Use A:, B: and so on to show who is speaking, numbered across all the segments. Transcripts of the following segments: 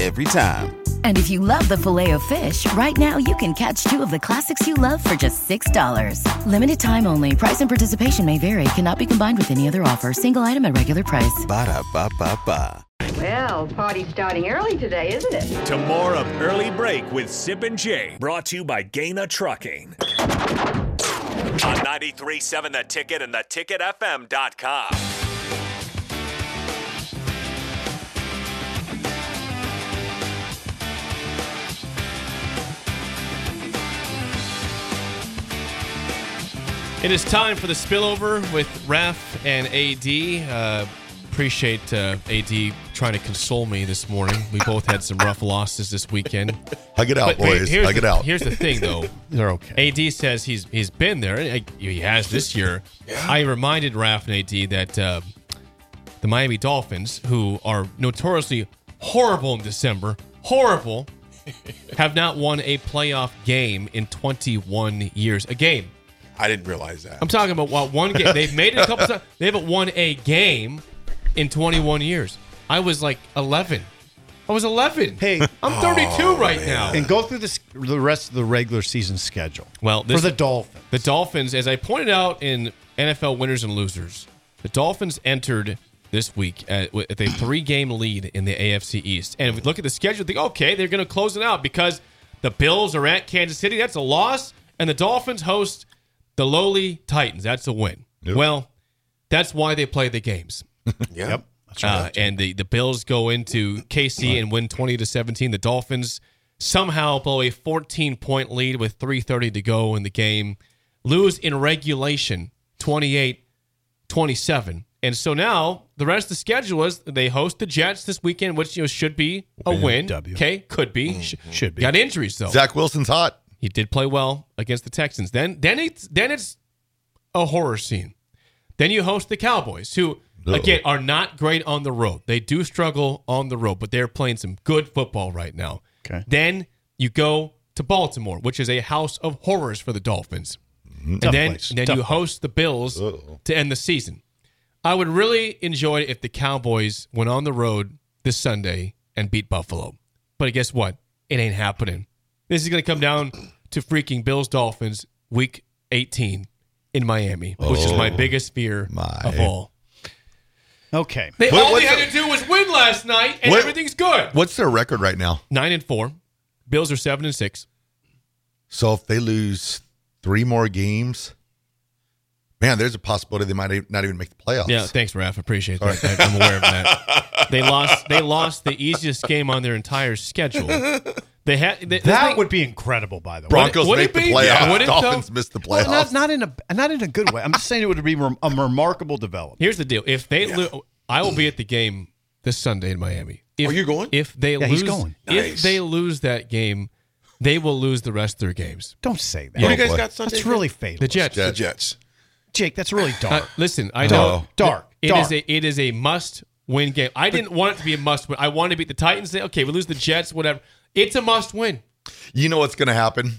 A: Every time.
B: And if you love the filet of fish, right now you can catch two of the classics you love for just $6. Limited time only. Price and participation may vary. Cannot be combined with any other offer. Single item at regular price.
A: Ba-da-ba-ba-ba.
C: Well, party's starting early today, isn't it?
D: To more of Early Break with Sip and Jay, brought to you by Gaina Trucking. On 93.7 The Ticket and theticketfm.com.
E: It is time for the spillover with Raf and AD. Uh, appreciate uh, AD trying to console me this morning. We both had some rough losses this weekend.
F: Hug it out, Oh, boys.
E: here's
F: Hug
E: the,
F: it out.
E: Here's the thing, though.
F: They're okay.
E: AD says he's he's been there. and I- He has this year. I reminded Raf and AD that uh, the Miami Dolphins, who are notoriously horrible in December, horrible, have not won a playoff game in 21 years. A game.
F: I didn't realize that.
E: I'm talking about what one game they've made it a couple times. They haven't won a game in 21 years. I was like 11. I was 11.
G: Hey.
E: I'm 32 right now.
G: and go through this, the rest of the regular season schedule.
E: Well, this-
G: for the Dolphins,
E: The Dolphins, as I pointed out in NFL winners and losers, the Dolphins entered this week at, with a three-game lead in the AFC East. And if we look at the schedule, think, okay, they're going to close it out because the Bills are at Kansas City. That's a loss, and the Dolphins host the lowly Titans. That's a win. Well, that's why they play the games.
F: Yep.
E: Uh, and the, the Bills go into KC and win 20 to 17. The Dolphins somehow blow a 14 point lead with 3:30 to go in the game, lose in regulation 28 27. And so now the rest of the schedule is they host the Jets this weekend, which you know should be a win.
G: W. Mm-hmm.
E: Okay, could be, Sh-
G: should be.
E: Got injuries though.
F: Zach Wilson's hot.
E: He did play well against the Texans. Then then it's then it's a horror scene. Then you host the Cowboys, who again are not great on the road. They do struggle on the road, but they're playing some good football right now.
G: Okay.
E: Then you go to Baltimore, which is a house of horrors for the Dolphins.
G: Tough
F: Mm-hmm.
E: And then
G: place.
E: then
G: Tough
E: you
G: place.
E: host the Bills to end the season. I would really enjoy it if the Cowboys went on the road this Sunday and beat Buffalo. But guess what? It ain't happening. This is going to come down to freaking Bills Dolphins week 18 in Miami, which is my biggest fear
F: Oh my.
E: of all.
G: Okay,
E: They,
F: What-
E: all they
F: what's
E: had
F: the-
E: to do was win last night, and
F: What-
E: everything's good.
F: What's their record right now?
E: Nine and four. Bills are seven and six.
F: So if they lose three more games, man, there's a possibility they might e- not even make the playoffs.
E: Yeah, thanks, Raph. Appreciate that. I'm aware of that. They lost. They lost the easiest game on their entire schedule. They had they,
G: that would be incredible. By the way,
F: Broncos
E: Would
F: make
E: it
F: the
E: be?
F: playoffs.
E: Yeah, would it though?
F: Dolphins miss the
G: Well, not,
F: playoffs.
G: not in a not in a good way. I'm just saying it would be rem- a remarkable development.
E: Here's the deal: if they, lo- I will be at the game this Sunday in Miami. If,
F: Oh, you're going?
E: If they
G: Yeah,
E: lose,
G: he's going.
E: if they lose that game, they will lose the rest of their games.
G: Don't say that.
E: Who
F: do you guys got
G: That's really fatal.
E: The Jets.
F: Jets.
H: Jets.
G: Jake. That's really
E: Uh,
G: dark.
E: listen, I
F: No.
E: know
G: Dark.
E: It is
G: Dark.
E: a it is a must win game. I didn't want it to be a must win. I wanted to beat the Titans. Say, okay, we lose the Jets, whatever. It's a must win.
F: You know what's going to happen?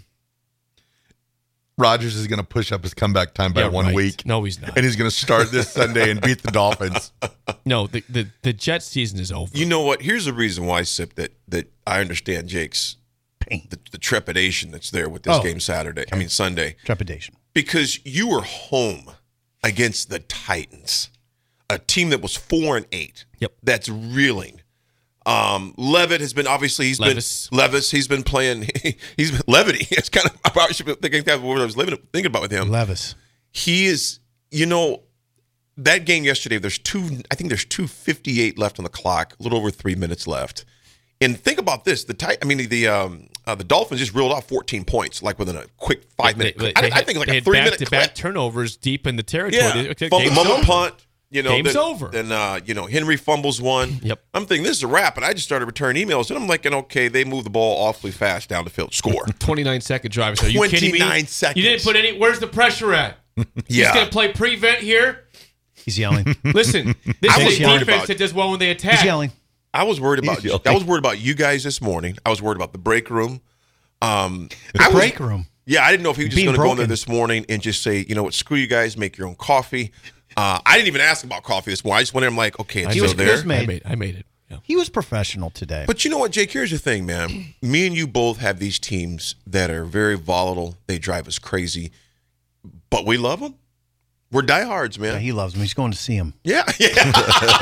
F: Rodgers is going to push up his comeback time by
E: Yeah,
F: one
E: right.
F: week.
E: No, he's not.
F: And he's going to start this Sunday and beat the Dolphins.
E: No, the, the the Jets season is over.
H: You know what? Here's the reason why, Sip, that, that I understand Jake's
G: Pain.
H: the, the trepidation that's there with this
G: Oh.
H: game Saturday. I mean, Sunday.
G: Trepidation.
H: because you were home against the Titans, a team that was four and eight.
E: Yep.
H: that's reeling. Um, Levitt has been obviously he's
E: Levis.
H: been Levis. He's been playing. He's been, levity. It's kind of I probably should be thinking kind of what I was living, thinking about with him.
G: Levis.
H: he is. You know that game yesterday. There's two. I think there's two fifty eight left on the clock. A little over three minutes left. And think about this: the Ti- I mean, the um, uh, the Dolphins just reeled off 14 points, like within a quick five minute.
E: They-
H: clip. I,
E: they
H: I
E: had-
H: think like
E: they
H: a
E: had
H: three minute
E: back-to-back
H: clip.
E: turnovers deep in the territory. They-
H: Yeah,
E: okay,
H: fumble,
E: game's
H: mumble
E: over.
H: punt. You know,
E: Game's
H: then,
E: over.
H: Then uh, you know Henry fumbles one.
E: Yep.
H: I'm thinking this is a wrap, and I just started returning emails, and I'm like, and okay, they move the ball awfully fast down the field. Score.
E: 29 second drive. So are you kidding me?
H: 29 seconds.
E: You didn't put any. Where's the pressure at? He's
H: yeah.
E: gonna play prevent here.
G: He's yelling.
E: Listen, this
H: I
E: is
H: was
E: a
G: worried
E: defense
H: about-
E: that does well when they attack.
G: He's yelling.
H: I was worried about.
F: He's yelling.
H: I was worried about you guys this morning. I was worried about the break room. Um, I was-
G: break room.
H: Yeah, I didn't know if he was just
G: Being
H: going to go in there
G: broken.
H: this morning and just say, you know what, screw you guys, make your own coffee. Uh, I didn't even ask about coffee this morning. I just went in. I'm like, okay, it's
G: He
H: still
G: was
H: there.
G: Chris
E: I
G: made.
E: made. I made it. Yeah.
G: He was professional today.
H: But you know what, Jake? Here's the thing, man. Me and you both have these teams that are very volatile. They drive us crazy, but we love them. We're diehards,
G: Yeah,
H: man.
G: he loves him. He's going to see him.
H: Yeah, yeah.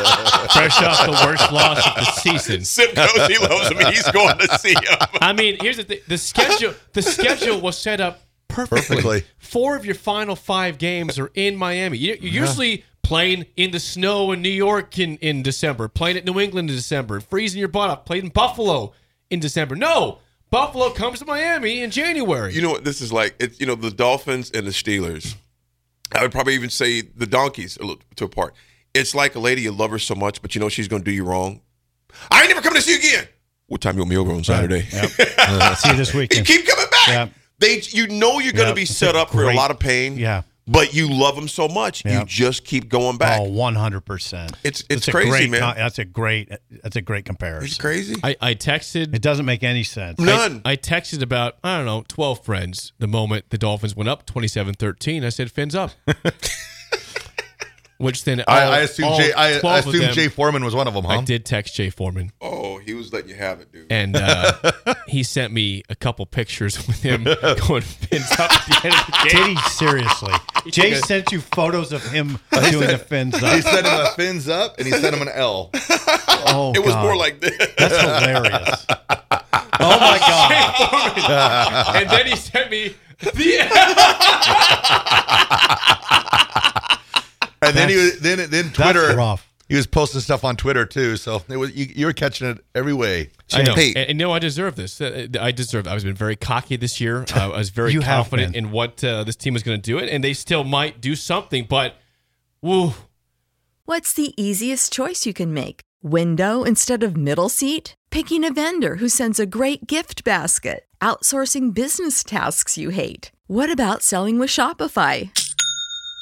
E: Fresh off the worst loss of the season.
H: Sip knows he loves him. He's going to see him.
E: I mean, here's the thing: the schedule, the schedule was set up perfectly.
F: Perfectly.
E: Four of your final five games are in Miami. You- You're usually playing in the snow in New York in, in December, playing at New England in December, freezing your butt off, playing in Buffalo in December. No, Buffalo comes to Miami in January.
H: You know what this is like? It's you know the Dolphins and the Steelers. I would probably even say the Donkeys a little- to a part. It's like a lady you love her so much, but you know she's going to do you wrong. I ain't never coming to see you again. What time you want me over on Saturday?
G: Uh, see you this
H: You
G: weekend.
H: keep coming back.
G: Yeah.
H: They, you know, you're going to
G: Yeah,
H: be
G: it's
H: set
G: a
H: up for a
G: great-
H: lot of pain.
G: Yeah.
H: but you love them so much,
G: Yeah.
H: you just keep going back.
G: Oh, 100%.
H: It's- it's
G: That's a
H: crazy,
G: great
H: man.
G: co- That's a great that's a great comparison.
H: it's crazy.
E: I, I texted
G: It doesn't make any sense.
H: No. None.
E: I, I texted about, I don't know, 12 friends the moment the Dolphins went up 27 13. I said, fins up. Which then
F: I,
E: all-
F: I assume
E: all
F: Jay, I, I
E: 12 of
F: assume
E: them-
F: Jay Foreman was one of them, huh?
E: I did text Jay Foreman,
H: oh, he was letting you have it, dude.
E: and uh, he sent me a couple pictures with him going fins up at the end of the game.
G: Did he seriously? Jay sent you photos of him doing the fins
F: He
G: up.
F: sent him a fins up and he sent him an L.
G: Oh,
H: it was
G: God.
H: more like this.
G: that's hilarious. Oh my God!
E: and then he sent me the.
F: And then he
G: That's-
F: was then then
G: That's
F: Twitter.
G: rough.
F: He was posting stuff on Twitter too, so it was you, you were catching it every way.
E: I know.
H: Hey.
G: Eh.
E: And, and no, I deserve this. Uh, I deserve. I've been very cocky this year. I was very
G: You have
E: confident
G: been.
E: in what uh, this team was going to do, it, and they still might do something. But, woo,
I: What's the easiest choice you can make? Window instead of middle seat? Picking a vendor who sends a great gift basket? Outsourcing business tasks you hate? What about selling with Shopify?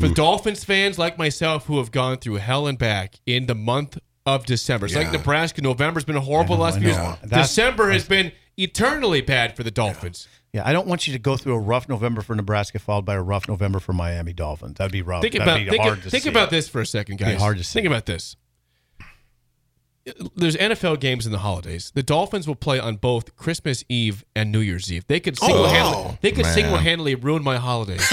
E: for Dolphins fans like myself who have gone through hell and back in the month of December. It's like Nebraska. November's been horrible
G: I know,
E: last
G: I
E: few
G: know.
E: years.
G: That's-
E: December has been eternally bad for the Dolphins.
G: Yeah, I don't want you to go through a rough November for Nebraska, followed by a rough November for Miami Dolphins. That'd be rough.
E: Think
G: Oh, That'd
E: about
G: be
E: think,
G: hard to
E: think
G: see.
E: about this for a second,
G: be
E: guys.
G: hard to see.
E: Think about this. There's NFL games in the holidays. The Dolphins will play on both Christmas Eve and New Year's Eve. They could
G: Oh,
E: single handedly
H: wow.
E: they could
F: Man.
E: single handedly ruin my holidays.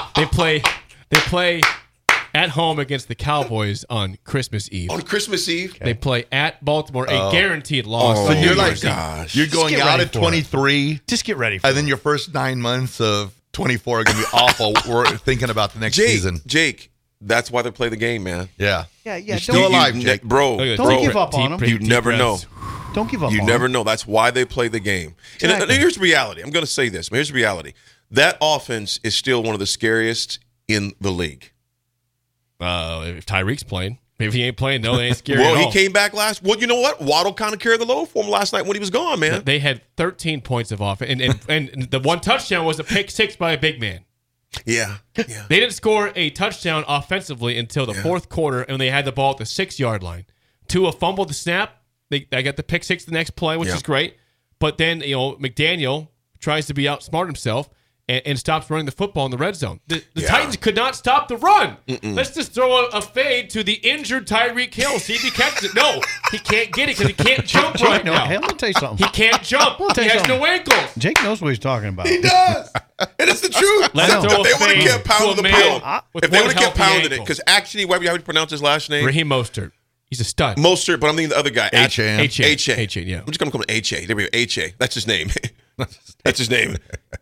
F: Oh
E: they play they play at home against the Cowboys on Christmas Eve.
H: on Christmas Eve.
E: They play at Baltimore, a guaranteed loss.
H: Oh,
E: on New
H: you're like,
E: Year's Eve.
H: gosh.
F: You're going
G: get
F: out
G: ready
F: at
G: for it.
F: 23,
G: Just get ready. For
F: and
G: it.
F: then your first nine months of 24 are going to be awful. We're thinking about the next
H: Jake,
F: season.
H: Jake, that's why they play the game, man.
F: Yeah.
G: yeah, yeah.
F: You're
G: Don't,
F: still alive, Jake.
H: bro.
E: Look at
G: Don't
H: bro,
E: that.
G: give up on
E: Deep
G: them.
H: You
E: breath, deep
H: never know.
E: breaths.
G: don't give up.
H: You
G: on
H: never
G: them.
H: know. That's why they play the game. And- And,
G: Exactly.
H: here's the reality. I'm going to say this. Here's the reality. That offense is still one of the scariest in the league.
E: Uh, if Tyreek's playing, if he ain't playing, no, they ain't scary
H: well,
E: at
H: he
E: all.
H: came back last. Well, you know what? Waddle kind of carried the load for him last night when he was gone, man.
E: They had 13 points of offense, and, and and the one touchdown was a pick six by a big man.
H: yeah, yeah.
E: They didn't score a touchdown offensively until the fourth quarter, and they had the ball at the six yard line. Tua fumbled the snap. They, they got the pick six the next play, which
H: Yeah.
E: is great. But then you know McDaniel tries to be outsmart himself and, and stops running the football in the red zone. The, the
H: Yeah.
E: Titans could not stop the run. Let's just throw a, a fade to the injured Tyreek Hill. See if he catches it. No, he can't get it because he can't jump right
G: No,
E: now.
G: hey, I'm gonna tell you something.
E: He can't jump.
G: I'll
E: he
G: tell you
E: has
G: something.
E: no ankles.
G: Jake knows what he's talking about.
H: He does. and it's the truth.
E: Let's
H: If- if
E: throw a
H: they would
E: fade
H: have kept
E: to a
H: pounding the
E: man
H: pound,
E: with
H: if they
E: one
H: would have kept
E: healthy
H: pounding it,
E: ankle.
H: because actually, why how do you pronounce his last name?
E: Raheem Mostert. He's a stud.
H: Mostert, but I'm thinking the other guy. At-
F: H-A.
E: H-A.
H: H-A.
E: H-A, yeah.
H: I'm just going to call him H-A. There we go. H-A. That's his name. That's his name.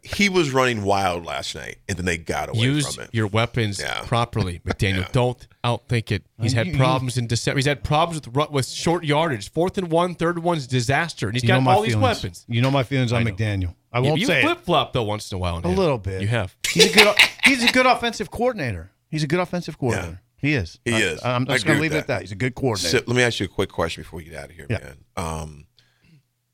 H: He was running wild last night, and then they got away
E: Use
H: from it.
E: your weapons
H: Yeah.
E: properly, McDaniel. Don't outthink it. He's had problems in December. He's had problems with ru- with short yardage. Fourth and one, third and one's a disaster, and he's
G: You know
E: got
G: my
E: all these
G: feelings.
E: weapons.
G: You know my feelings on McDaniel. I won't
E: you
G: say it.
E: flip flop though once in a while.
G: a little bit.
E: You have.
G: He's a good. he's a good offensive coordinator. He's a good offensive coordinator. He is.
H: He
G: I-
H: is.
G: I, am
H: I
G: just
H: agree
G: going
H: with
G: to leave it at
H: that.
G: that. He's a good coordinator.
H: So, let me ask you a quick question before we get out of here,
G: Yeah.
H: man. Um,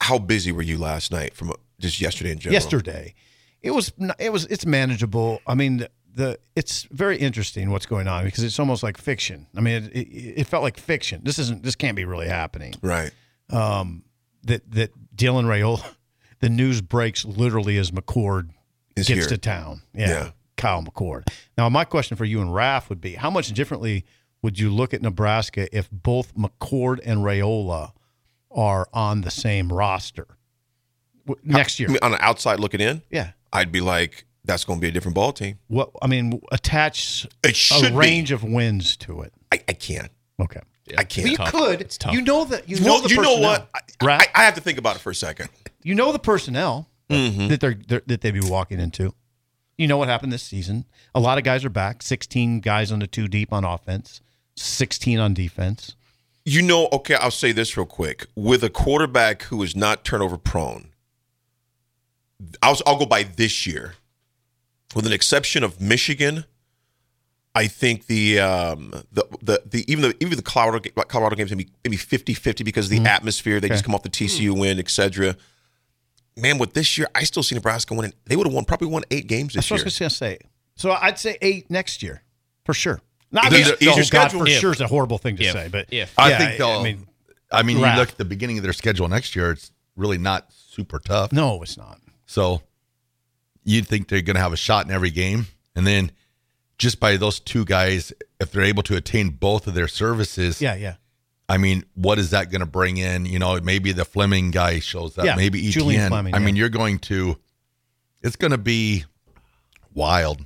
H: how busy were you last night from uh, just yesterday in general?
G: yesterday. It was n- it was it's manageable. I mean the, the it's very interesting what's going on because it's almost like fiction. I mean it, it, it felt like fiction. This isn't this can't be really happening.
H: Right.
G: That that Dylan Rayola, the news breaks literally as McCord
H: Is
G: gets
H: here.
G: to town. Yeah,
H: Yeah.
G: Kyle McCord. Now my question for you and Raph would be how much differently would you look at Nebraska if both McCord and Rayola are on the same roster W- next year?
H: I mean, on the outside looking in,
G: yeah.
H: I'd be like, that's going to be a different ball team.
G: what I mean attach
H: It
G: a
H: should
G: range of wins to it.
H: be. I, I can't.
G: Okay.
H: I can't.
G: you could.
E: It's tough.
G: You know that you know
H: well,
G: the
H: you know
G: personnel.
H: what? I,
G: Right?
H: I, I have to think about it for a second.
G: you know the personnel that they're, they're that they'd be walking into. You know what happened this season? A lot of guys are back. Sixteen guys on the two deep on offense. Sixteen on defense.
H: You know, okay, I'll say this real quick. With a quarterback who is not turnover prone, I'll, I'll go by this year. With an exception of Michigan, I think the um, the, the the even the even the Colorado ga- like Colorado game's gonna be maybe 50-50 because of
G: Mm-hmm.
H: the atmosphere. They just come off the TCU win, etc. Man, with this year, I still see Nebraska winning. They would have won probably won eight games
G: That's
H: this
G: what
H: year.
G: I was gonna say. So I'd say eight next year for sure. Not
H: These are- these are
G: oh, God,
H: scheduled-
G: for
H: If.
G: sure is a horrible thing to
E: If.
G: say, but
E: If.
F: I
G: Yeah,
F: think they'll.
G: I
F: I
G: mean,
F: mean, you
G: Raph.
F: look at the beginning of their schedule next year, it's really not super tough.
G: no, it's not.
F: So you'd think they're going to have a shot in every game. And then just by those two guys, if they're able to attain both of their services,
G: Yeah, yeah.
F: I mean, what is that going to bring in? You know, maybe the Fleming guy shows up.
G: Yeah,
F: maybe ETN.
G: Julian Fleming,
F: I mean,
G: yeah.
F: you're going to. It's going to be wild.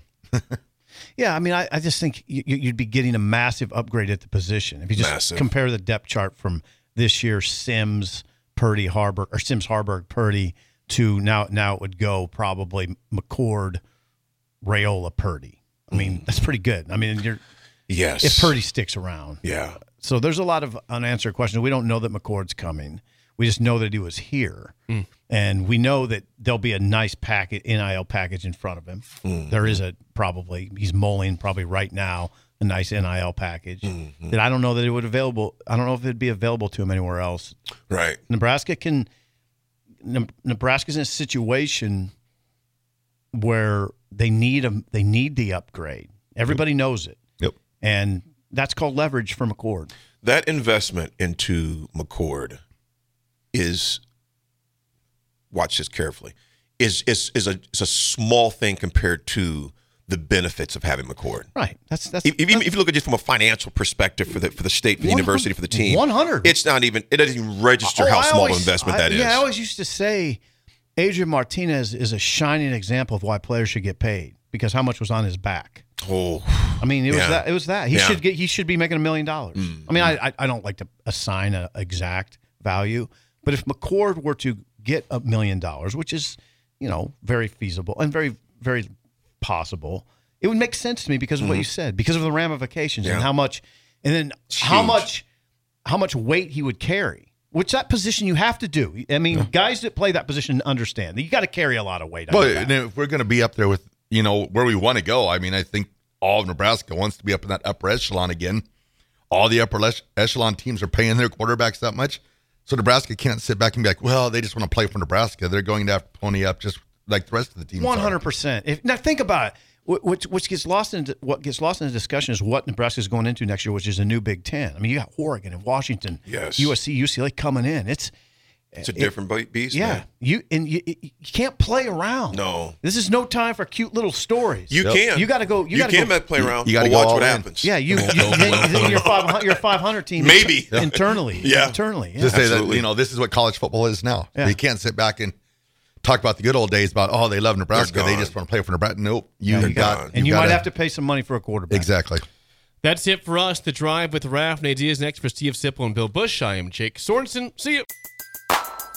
G: Yeah, I mean, I, I just think you, you- you'd be getting a massive upgrade at the position if you just
H: Massive.
G: compare the depth chart from this year Sims, Purdy, Harbor, or Sims, Harburg, Purdy to now. Now it would go probably McCord, Rayola, Purdy. I mean, that's pretty good. I mean,
H: Mm.
G: you're,
H: Yes.
G: if Purdy sticks around,
H: Yeah.
G: so there's a lot of unanswered questions. We don't know that McCord's coming. We just know that he was here, and we know that there'll be a nice packet nil package in front of him. There is a probably he's mulling probably right now a nice nil package that I don't know that it would available. I don't know if it'd be available to him anywhere else.
H: Right.
G: Nebraska can. Ne- Nebraska's in a situation where they need a they need the upgrade. Everybody knows it,
F: Yep.
G: and that's called leverage from McCord.
H: That investment into McCord is watch this carefully is is is a is a small thing compared to the benefits of having McCord.
G: Right. That's that's,
H: If, if, if you look at just from a financial perspective for the for the state, for the
G: 100
H: university, for the team,
G: 100.
H: It's not even. It doesn't even register
G: Oh,
H: how
G: I
H: small
G: always-
H: an investment
G: I-
H: that is.
G: Yeah, I always used to say Adrian Martinez is a shining example of why players should get paid because how much was on his back.
H: oh,
G: I mean, it was
H: Yeah.
G: that. It was that. He
H: Yeah. Mm,
G: should get. He should be making a million dollars. I mean, I, I I don't like to assign a exact value, but if McCord were to get a million dollars, which is you know very feasible and very very possible, it would make sense to me because of what you said, because of the ramifications and
H: Mm-hmm. Yeah.
G: how much, and then
H: It's
G: how
H: huge.
G: much how much weight he would carry. Which that position you have to do. I mean, guys that play that position understand that you got to carry a lot of weight. on your
F: Well,
G: back.
F: and if we're going to be up there with you know where we want to go, I mean, I think all of Nebraska wants to be up in that upper echelon again. All the upper ech- echelon teams are paying their quarterbacks that much, so Nebraska can't sit back and be like, "Well, they just want to play for Nebraska. They're going to have to pony up just like the rest of the teams." are."
G: One hundred percent. If now think about it, Wh- which which gets lost in what gets lost in the discussion is what Nebraska is going into next year, which is a new Big Ten. I mean, you got Oregon and Washington,
H: Yes.
G: USC, UCLA coming in. It's
H: it's a different be- beast.
G: yeah,
H: man.
G: you and you, you you can't play around.
H: No.
G: this is no time for cute little stories.
H: you can.
G: You got to go. You, got to
H: can
G: go.
H: play around.
F: you gotta
H: but
F: go
H: watch
F: all
H: what
F: in.
H: happens.
G: Yeah, you. you then, then you're five hundred. You're five hundred team.
H: Maybe.
G: internally.
H: Yeah.
G: internally. Yeah.
F: Just say that
H: Absolutely.
F: you know this is what college football is now.
G: Yeah.
F: You can't sit back and talk about the good old days about oh they love Nebraska, they
H: gone.
F: just want to play for Nebraska. Nope, you
G: Yeah, you
F: got,
H: gone.
F: you've
G: and you might
F: gotta-
G: have to pay some money for a quarterback.
F: exactly.
E: That's it for us. The drive with Raf and ideas next for Steve Sipple and Bill Bush. I am Jake Sorensen. See you.